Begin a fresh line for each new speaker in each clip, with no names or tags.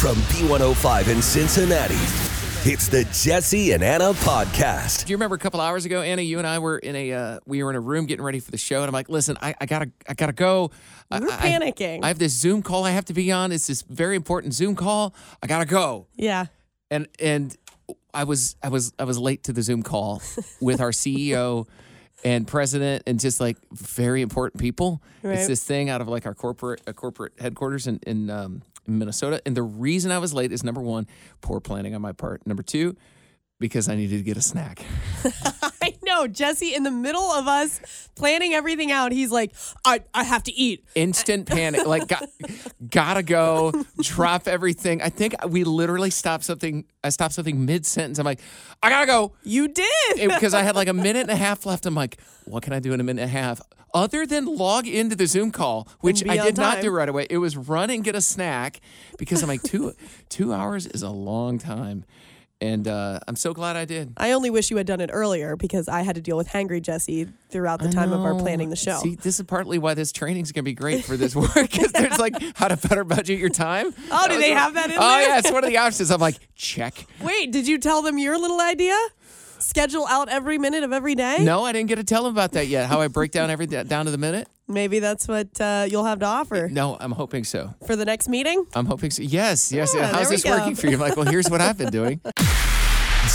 From B105 in Cincinnati, it's the Jesse and Anna podcast.
Do you remember a couple hours ago, Anna? You and I were in a uh, we were in a room getting ready for the show, and I'm like, "Listen, I, I gotta I gotta go. I,
You were
I-
panicking.
I, have this Zoom call I have to be on. It's this very important Zoom call. I gotta go."
Yeah.
And and I was I was I was late to the Zoom call with our CEO and president and just like very important people. It's
Right.
this thing out of like our corporate uh, corporate headquarters in in um, in Minnesota. And the reason I was late is number one, poor planning on my part. Number two. Because I needed to get a snack.
I know. Jesse, in the middle of us planning everything out, he's like, I, I have to eat.
instant panic like got, gotta go drop everything i think we literally stopped something i stopped something mid-sentence i'm like i gotta go
You did.
And because i had like a minute and a half left i'm like what can i do in a minute and a half other than log into the zoom call which
be
i
on
did not
time.
do right away it was run and get a snack because i'm like two two hours is a long time and uh, i'm so glad i did
I only wish you had done it earlier because I had to deal with hangry Jesse throughout the time of our
know.
planning the show.
See, this is partly why this training is going to be great for this work because there's like how to better budget your time.
Oh, do
was
they
one-
have that in
Oh,
there?
yeah, it's one of the options. I'm like, check.
Wait, did you tell them your little idea? Schedule out every minute of every day?
No, I didn't get to tell him about that yet. How I break down every down to the minute.
Maybe that's what uh, you'll have to offer
No, I'm hoping so.
for the next meeting.
I'm hoping so. Yes, yes.
Yeah,
How's
there we
this
go.
working for you? I'm like, well, here's what I've been doing.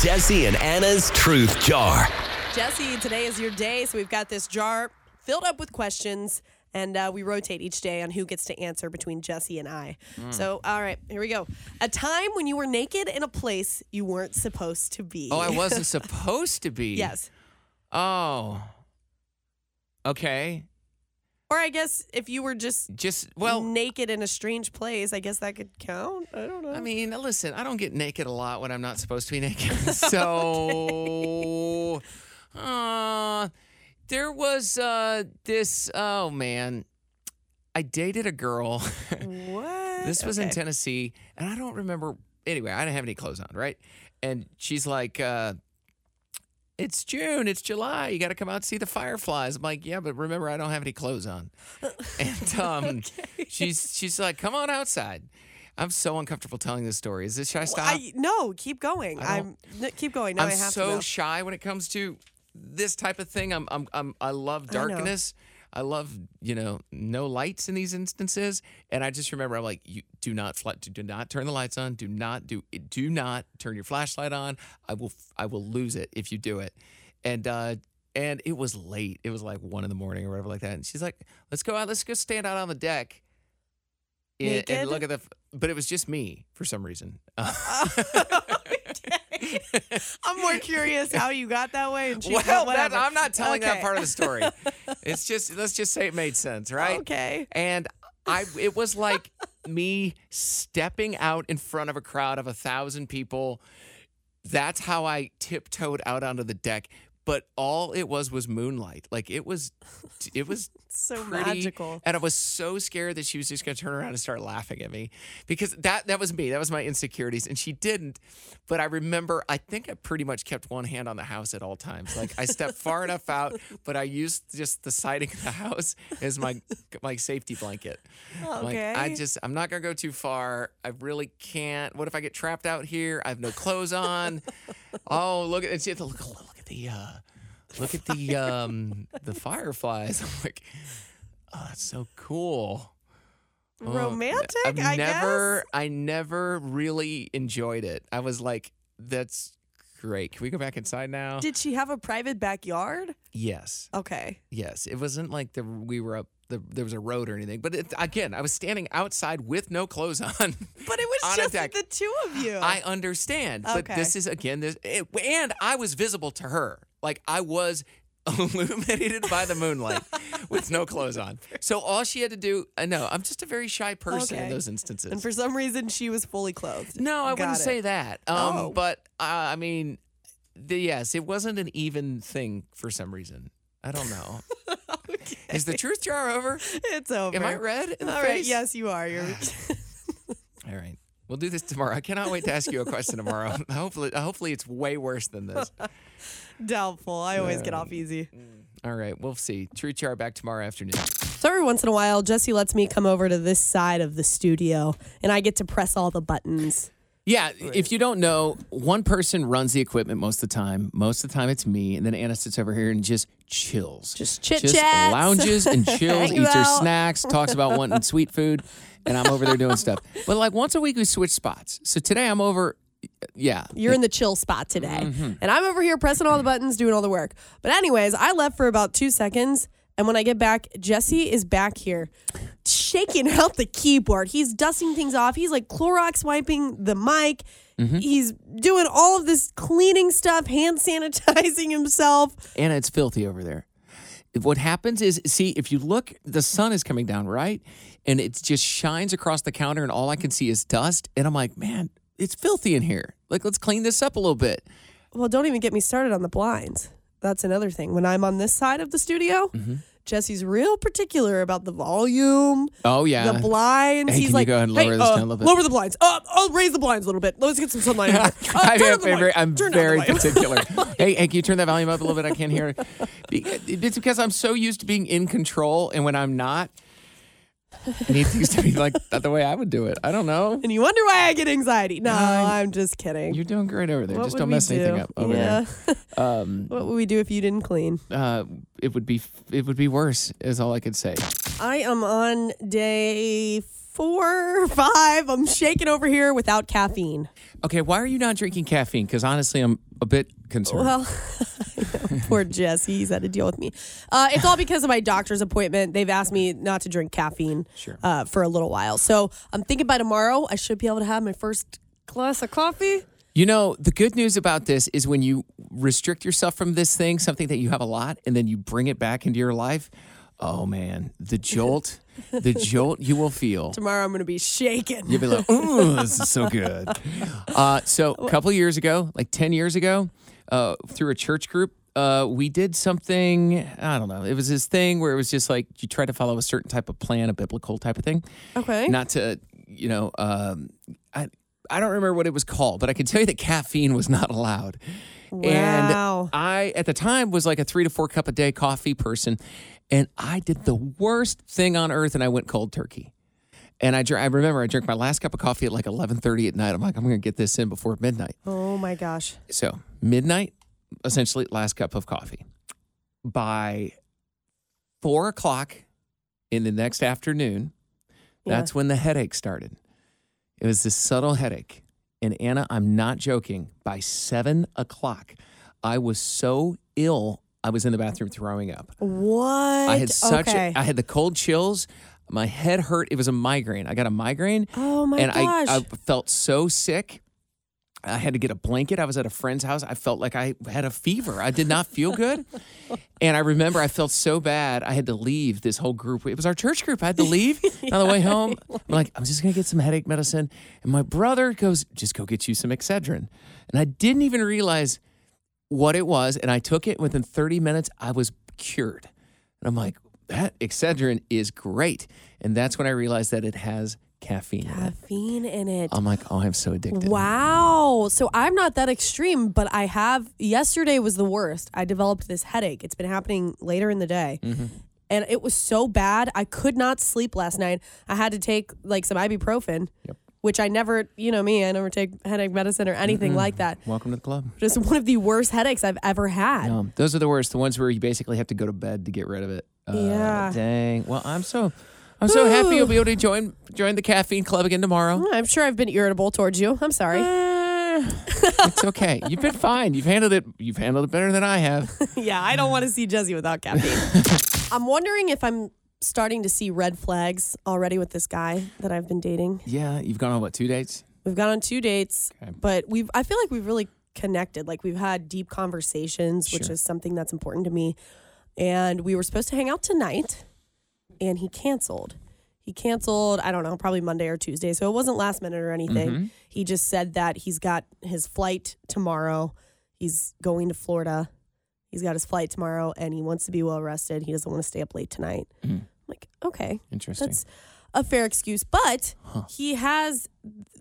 Jesse and Anna's Truth Jar.
Jesse, today is your day. So we've got this jar filled up with questions, and uh, we rotate each day on who gets to answer between Jesse and I.
Mm.
So, all right, here we go. A time when you were naked in a place you weren't supposed to be.
Oh, I wasn't supposed to be.
Yes.
Oh. Okay.
Or I guess if you were just
Just well.
naked in a strange place, I guess that could count. I don't know.
I mean, listen, I don't get naked a lot when I'm not supposed to be naked. So, uh, there was uh, this, oh man, I dated a girl.
what?
this was in
Okay.
Tennessee, and I don't remember. Anyway, I didn't have any clothes on, right? And she's like, uh, it's June, it's July. You got to come out and see the fireflies. I'm like, yeah, but remember, I don't have any clothes on. And um, she's she's like, come on outside. I'm so uncomfortable telling this story. Is this should I
Well,
stop?
I, no, keep going.
I
I'm
don't-
no, keep going. Now
I'm
I have
so
to. know.
shy when it comes to this type of thing. I'm I'm, I'm I love
know.
darkness. I love you know no lights in these instances, and I just remember I'm like, you do not fl- do not turn the lights on. Do not do do not turn your flashlight on. I will I will lose it if you do it, and uh, and it was late. It was like one in the morning or whatever like that. And she's like, let's go out. Let's go stand out on the deck. and-
Naked? Uh,
And look at the, f- but it was just me for some reason.
I'm more curious how you got that way. And she's
well,
not-
that,
whatever.
I'm not telling that
Okay.
part of the story. it's just let's just say it made sense, right?
Okay.
And I, it was like me stepping out in front of a crowd of a thousand people. That's how I tiptoed out onto the deck. But all it was was moonlight. Like it was, it was
So
pretty,
magical.
And I was so scared that she was just going to turn around and start laughing at me because that that was me. That was my insecurities, and she didn't. But I remember, I think I pretty much kept one hand on the house at all times. Like I stepped far enough out, but I used just the siding of the house as my my safety blanket. Like I
Okay.
just, I'm not going to go too far. I really can't. What if I get trapped out here? I have no clothes on. oh, look at it's- it's- look, look at the. Uh, Look at the um the fireflies. I'm like, oh, that's so cool. Oh,
Romantic,
I've
I
never, I never really enjoyed it. I was like, that's great. Can we go back inside now?
guess. Did she have a private backyard?
yes,
Okay.
yes. It wasn't like the we were up. The, there was a road or anything, but it, again, I was standing outside with no clothes on.
But it
On
was
a
just
deck.
the two of you.
I understand, but
Okay.
this is again this, it, and I was visible to her. Like I was illuminated by the moonlight with no clothes on. So all she had to do, I know, I'm just a very shy person in
Okay.
those instances.
And for some reason, she was fully clothed.
No, I wouldn't
Got it.
say that. Um,
Oh.
But uh, I mean, the, yes, it wasn't an even thing for some reason. I don't know.
Okay.
Is the truth jar over?
It's over.
Am I red in
All
the
right.
face?
Yes, you are. You're.
All right. We'll do this tomorrow. I cannot wait to ask you a question tomorrow. hopefully, hopefully it's way worse than this.
Doubtful. I always get off easy.
All right, we'll see. True Char back tomorrow afternoon.
So every once in a while, Jesse lets me come over to this side of the studio, and I get to press all the buttons.
Yeah, if you don't know, one person runs the equipment most of the time. Most of the time, it's me, and then Anna sits over here and just chills,
Just chit
Just
chats.
lounges and chills,
Hang
eats her
out.
snacks, talks about wanting sweet food, and I'm over there doing stuff. But like once a week, we switch spots. So today, I'm over. Yeah,
You're in the chill spot today, and I'm over here pressing all the buttons, doing all the work. But anyways, I left for about two seconds, and when I get back, Jesse is back here, shaking out the keyboard. He's dusting things off. He's like Clorox wiping the mic. He's doing all of this cleaning stuff, hand sanitizing himself.
Anna, it's filthy over there. If- What happens is, see, if you look, the sun is coming down, right? And it just shines across the counter, and all I can see is dust. And I'm like, man, it's filthy in here. Like, let's clean this up a little bit.
Well, don't even get me started on the blinds. That's another thing. When I'm on this side of the studio, Jesse's real particular about the volume,
Oh, yeah.
the blinds.
Hey,
He's
can you
like,
go ahead and
"Hey,
lower this
uh,
down a little bit?"
Lower the blinds. Uh, oh, raise the blinds a little bit. Let's get some sunlight. in here. Uh,
I
turn
am
up the
very,
light.
I'm
Turn down the
very
light.
particular. hey, hey, can you turn that volume up a little bit? I can't hear it. Be- It's because I'm so used to being in control, and when I'm not, I need things to be like the way I would do it. I don't know.
and you wonder why I get anxiety. No, I'm just kidding.
You're doing great over there.
What
Just
would
don't
we
mess anything
do?
up over there. Um,
yeah. what would we do if you didn't clean?
uh, it would be it would be worse is all I could say.
I am on day four, five. I'm shaking over here without caffeine.
Okay, why are you not drinking caffeine? Because honestly, I'm a bit concerned.
Well, poor Jesse, he's had to deal with me. Uh, it's all because of my doctor's appointment. They've asked me not to drink caffeine uh, for a little while. So I'm thinking by tomorrow, I should be able to have my first glass of coffee.
you know, the good news about this is when you restrict yourself from this thing, something that you have a lot, and then you bring it back into your life. Oh man, the jolt, the jolt you will feel.
Tomorrow, I'm going to be shaken.
You'll be like, ooh, this is so good. Uh, so a couple of years ago, like 10 years ago, uh, through a church group, uh, we did something, I don't know. It was this thing where it was just like you try to follow a certain type of plan, a biblical type of thing.
Okay.
Not to, you know, um, I, I don't remember what it was called, but I can tell you that caffeine was not allowed.
Wow.
And I, at the time, was like a three to four cup a day coffee person. And I did the worst thing on earth and I went cold turkey. And I, dr- I remember I drank my last cup of coffee at like 11:30 at night. I'm like, I'm gonna get this in before midnight.
Oh my gosh.
So midnight, essentially last cup of coffee. By four o'clock in the next afternoon, that's when the headache started. It was this subtle headache. And Anna, I'm not joking. By seven o'clock, I was so ill, I was in the bathroom throwing up.
What?
I had such
okay.
I had the cold chills. My head hurt. It was a migraine. I got a migraine.
Oh, my
and
gosh.
I, I felt so sick. I had to get a blanket. I was at a friend's house. I felt like I had a fever. I did not feel good. and I remember I felt so bad. I had to leave this whole group. It was our church group. I had to leave on the way home. I'm like, I'm just going to get some headache medicine. And my brother goes, just go get you some Excedrin. And I didn't even realize what it was, and I took it. Within 30 minutes, I was cured. And I'm like, that Excedrin is great. And that's when I realized that it has caffeine in it.
caffeine in it.
I'm like, oh, I'm so addicted.
Wow. So I'm not that extreme, but I have. Yesterday was the worst. I developed this headache. It's been happening later in the day. And it was so bad. I could not sleep last night. I had to take like some ibuprofen, which I never, you know me, I never take headache medicine or anything like that.
Welcome to the club.
Just one of the worst headaches I've ever had.
Um, those are the worst. The ones where you basically have to go to bed to get rid of it. Uh,
Yeah.
Dang. Well, I'm so, I'm so happy you'll be able to join join the caffeine club again tomorrow.
I'm sure I've been irritable towards you. I'm sorry.
Eh, it's okay. You've been fine. You've handled it. You've handled it better than I have.
yeah, I don't want to see Jesse without caffeine. I'm wondering if I'm starting to see red flags already with this guy that I've been dating.
Yeah. You've gone on what two dates?
We've gone on two dates,
Okay.
but we've I feel like we've really connected. Like we've had deep conversations, which is something that's important to me. and we were supposed to hang out tonight, and he canceled. He canceled, I don't know, probably Monday or Tuesday. So it wasn't last minute or anything. He just said that he's got his flight tomorrow. He's going to Florida. He's got his flight tomorrow and he wants to be well rested. He doesn't want to stay up late tonight. I'm like, okay,
Interesting.
that's a fair excuse. But he has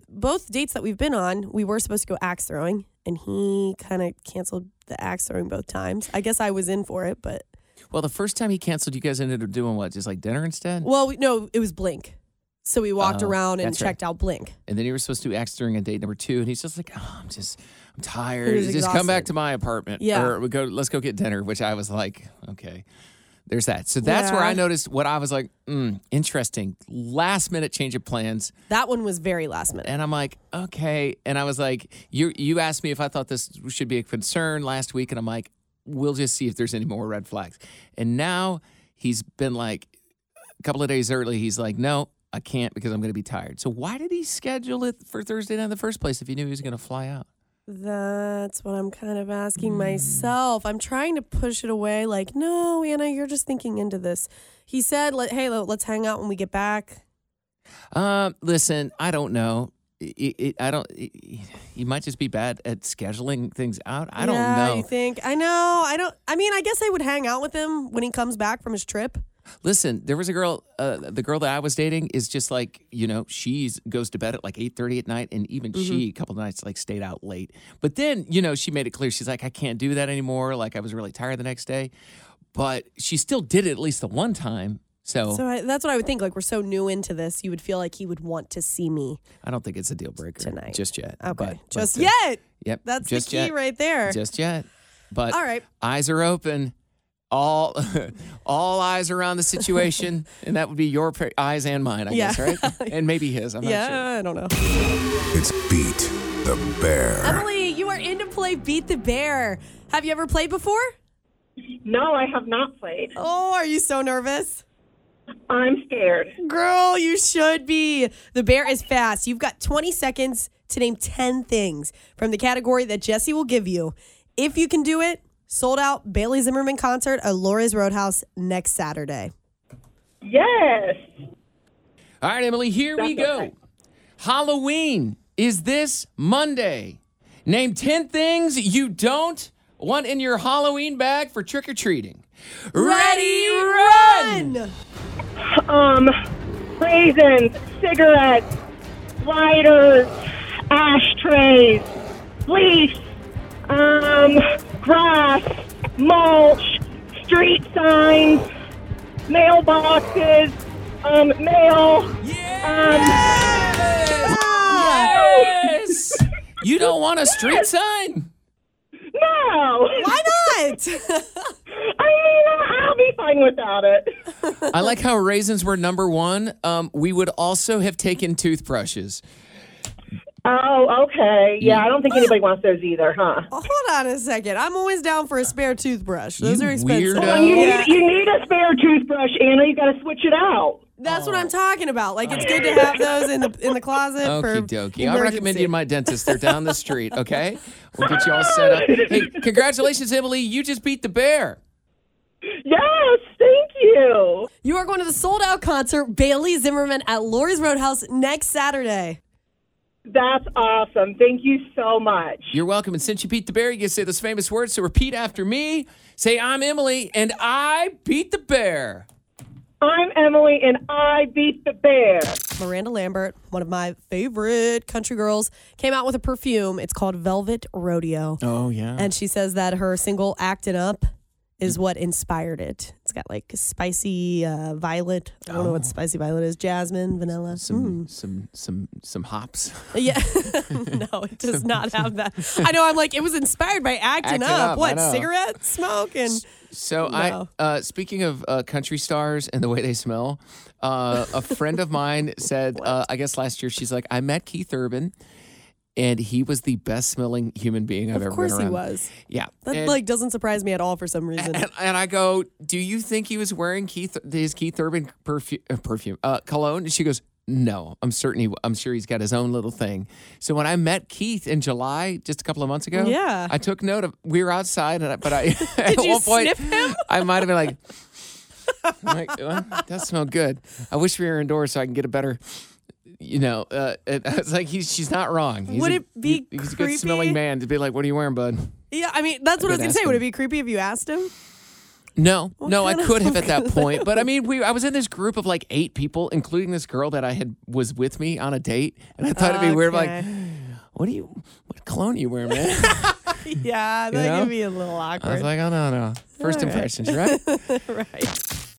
both dates that we've been on, we were supposed to go axe throwing, and he kind of canceled the axe throwing both times. I guess I was in for it, but
well, the first time he canceled, you guys ended up doing what? Just like dinner instead?
well, we, no, it was Blink. So we walked
Oh,
around and
that's right.
checked out Blink.
And then you were supposed to axe during a date number two, and he's just like, "Oh, I'm just, I'm tired.
was
Just come back
exhausted.
to my apartment,
Yeah.
or we go, let's go get dinner." Which I was like, "Okay." There's that. So that's where
Yeah.
I noticed what I was like, mm, interesting. Last minute change of plans.
That one was very last minute.
And I'm like, okay. And I was like, you you asked me if I thought this should be a concern last week, and I'm like, we'll just see if there's any more red flags. And now he's been like, a couple of days early, he's like, no, I can't because I'm going to be tired. So why did he schedule it for Thursday night in the first place if he knew he was going to fly out?
That's what I'm kind of
Hmm.
asking myself. I'm trying to push it away, like, no, Anna, you're just thinking into this. He said, "Let- hey, lo- let's hang out when we get back.
Um, listen, I don't know. It, it, I don't. It, you might just be bad at scheduling things out. I don't
Yeah,
know.
You think? I know. I don't. I mean, I guess I would hang out with him when he comes back from his trip.
Listen, there was a girl. Uh, the girl that I was dating is just like you know, she goes to bed at like eight thirty at night, and even
Mm-hmm.
she a couple nights like stayed out late. But then you know, she made it clear she's like, I can't do that anymore. Like I was really tired the next day, but she still did it at least the one time. So,
So I, that's what I would think. Like we're so new into this, you would feel like he would want to see me
I don't think it's a deal breaker
tonight.
just yet.
Okay,
but- but,
just
uh,
yet.
Yep,
That's
just
the key
yet.
right there.
Just yet. But
All right.
eyes are open. All all eyes are on the situation, and that would be your pa- eyes and mine, I
Yeah.
guess, right? And maybe his. I'm not sure.
yeah, I don't know.
It's Beat the Bear.
Emily, you are into play Beat the Bear. Have you ever played before?
No, I have not played.
Oh, are you so nervous?
I'm scared.
Girl, you should be. The bear is fast. You've got 20 seconds to name 10 things from the category that Jesse will give you. If you can do it, sold out Bailey Zimmerman concert at Laura's Roadhouse next Saturday.
Yes.
All right, Emily, here we go.
okay.
Halloween is this Monday. Name 10 things you don't want in your Halloween bag for trick or treating. Ready, run!
Um, raisins, cigarettes, lighters, ashtrays, leaves, um, grass, mulch, street signs, mailboxes, um, mail.
Yes! You don't want a street sign?
No.
Why not?
I mean, I'll be fine without it.
I like how raisins were number one. Um, we would also have taken toothbrushes.
Oh, okay. Yeah, I don't think anybody wants those either, huh?
Hold on a second. I'm always down for a spare toothbrush. Those
You
are expensive.
weirdo.
Well, Oh, you,
Yeah.
need, you need a spare toothbrush, Anna. You got to switch it out.
That's
Oh.
what I'm talking about. Like it's good to have those in the in the closet for
Okie dokie. I
emergency.
recommend you to my dentist. They're down the street, okay? We'll get you all set up. Hey, congratulations, Emily. You just beat the bear.
Yes, thank you.
You are going to the sold out concert Bailey Zimmerman at Laura's Roadhouse next Saturday.
That's awesome. Thank you so much.
You're welcome. And since you beat the bear, you get to say those famous words. So repeat after me. Say, I'm Emily, and I beat the bear.
I'm Emily, and I beat the bear.
Miranda Lambert, one of my favorite country girls, came out with a perfume. It's called Velvet Rodeo.
Oh, yeah.
And she says that her single Acting Up is what inspired it. It's got like spicy uh, violet. I don't know what spicy violet is. Jasmine, vanilla.
Oh.
Hmm.
Some, some, some, some hops.
Yeah. no, it does not have that. I know. I'm like, it was inspired by acting,
Acting
up.
Up, I
What?
know.
Cigarette smoke? And
So
Wow.
I, uh, speaking of uh, country stars and the way they smell, uh, a friend of mine said, uh, I guess last year, she's like, I met Keith Urban, and he was the best smelling human being I've
of
ever
course
been
he
around.
was.
Yeah.
That
And-
like doesn't surprise me at all for some reason.
and, and I go, "Do you think he was wearing Keith his Keith Urban perfume, perfume uh, cologne?" And she goes, No, I'm certain he. I'm sure he's got his own little thing. So when I met Keith in July, just a couple of months ago,
Yeah.
I took note of. We were outside, and I, but I at
you
one point
sniff him?
I might have been like, I'm like, well, it does smell good. I wish we were indoors so I can get a better. You know, uh, it, it's like he's she's not wrong. He's
Would
a-
it be
he- He's a good smelling
creepy?
man to be like, what are you wearing, bud?
Yeah, I mean, that's what I was
did
going to
ask
say. Would it
him.
be creepy if you asked him?
No, no, I
kind of-
could have at that point, but I mean, we I was in this group of like eight people, including this girl that I had was with me on a date, and I thought it'd be weird, like,
Okay.
what do you, what cologne are you wearing, man?
Yeah, that
know?
could be a little awkward.
I was like, oh no, no, first impressions, right?
right.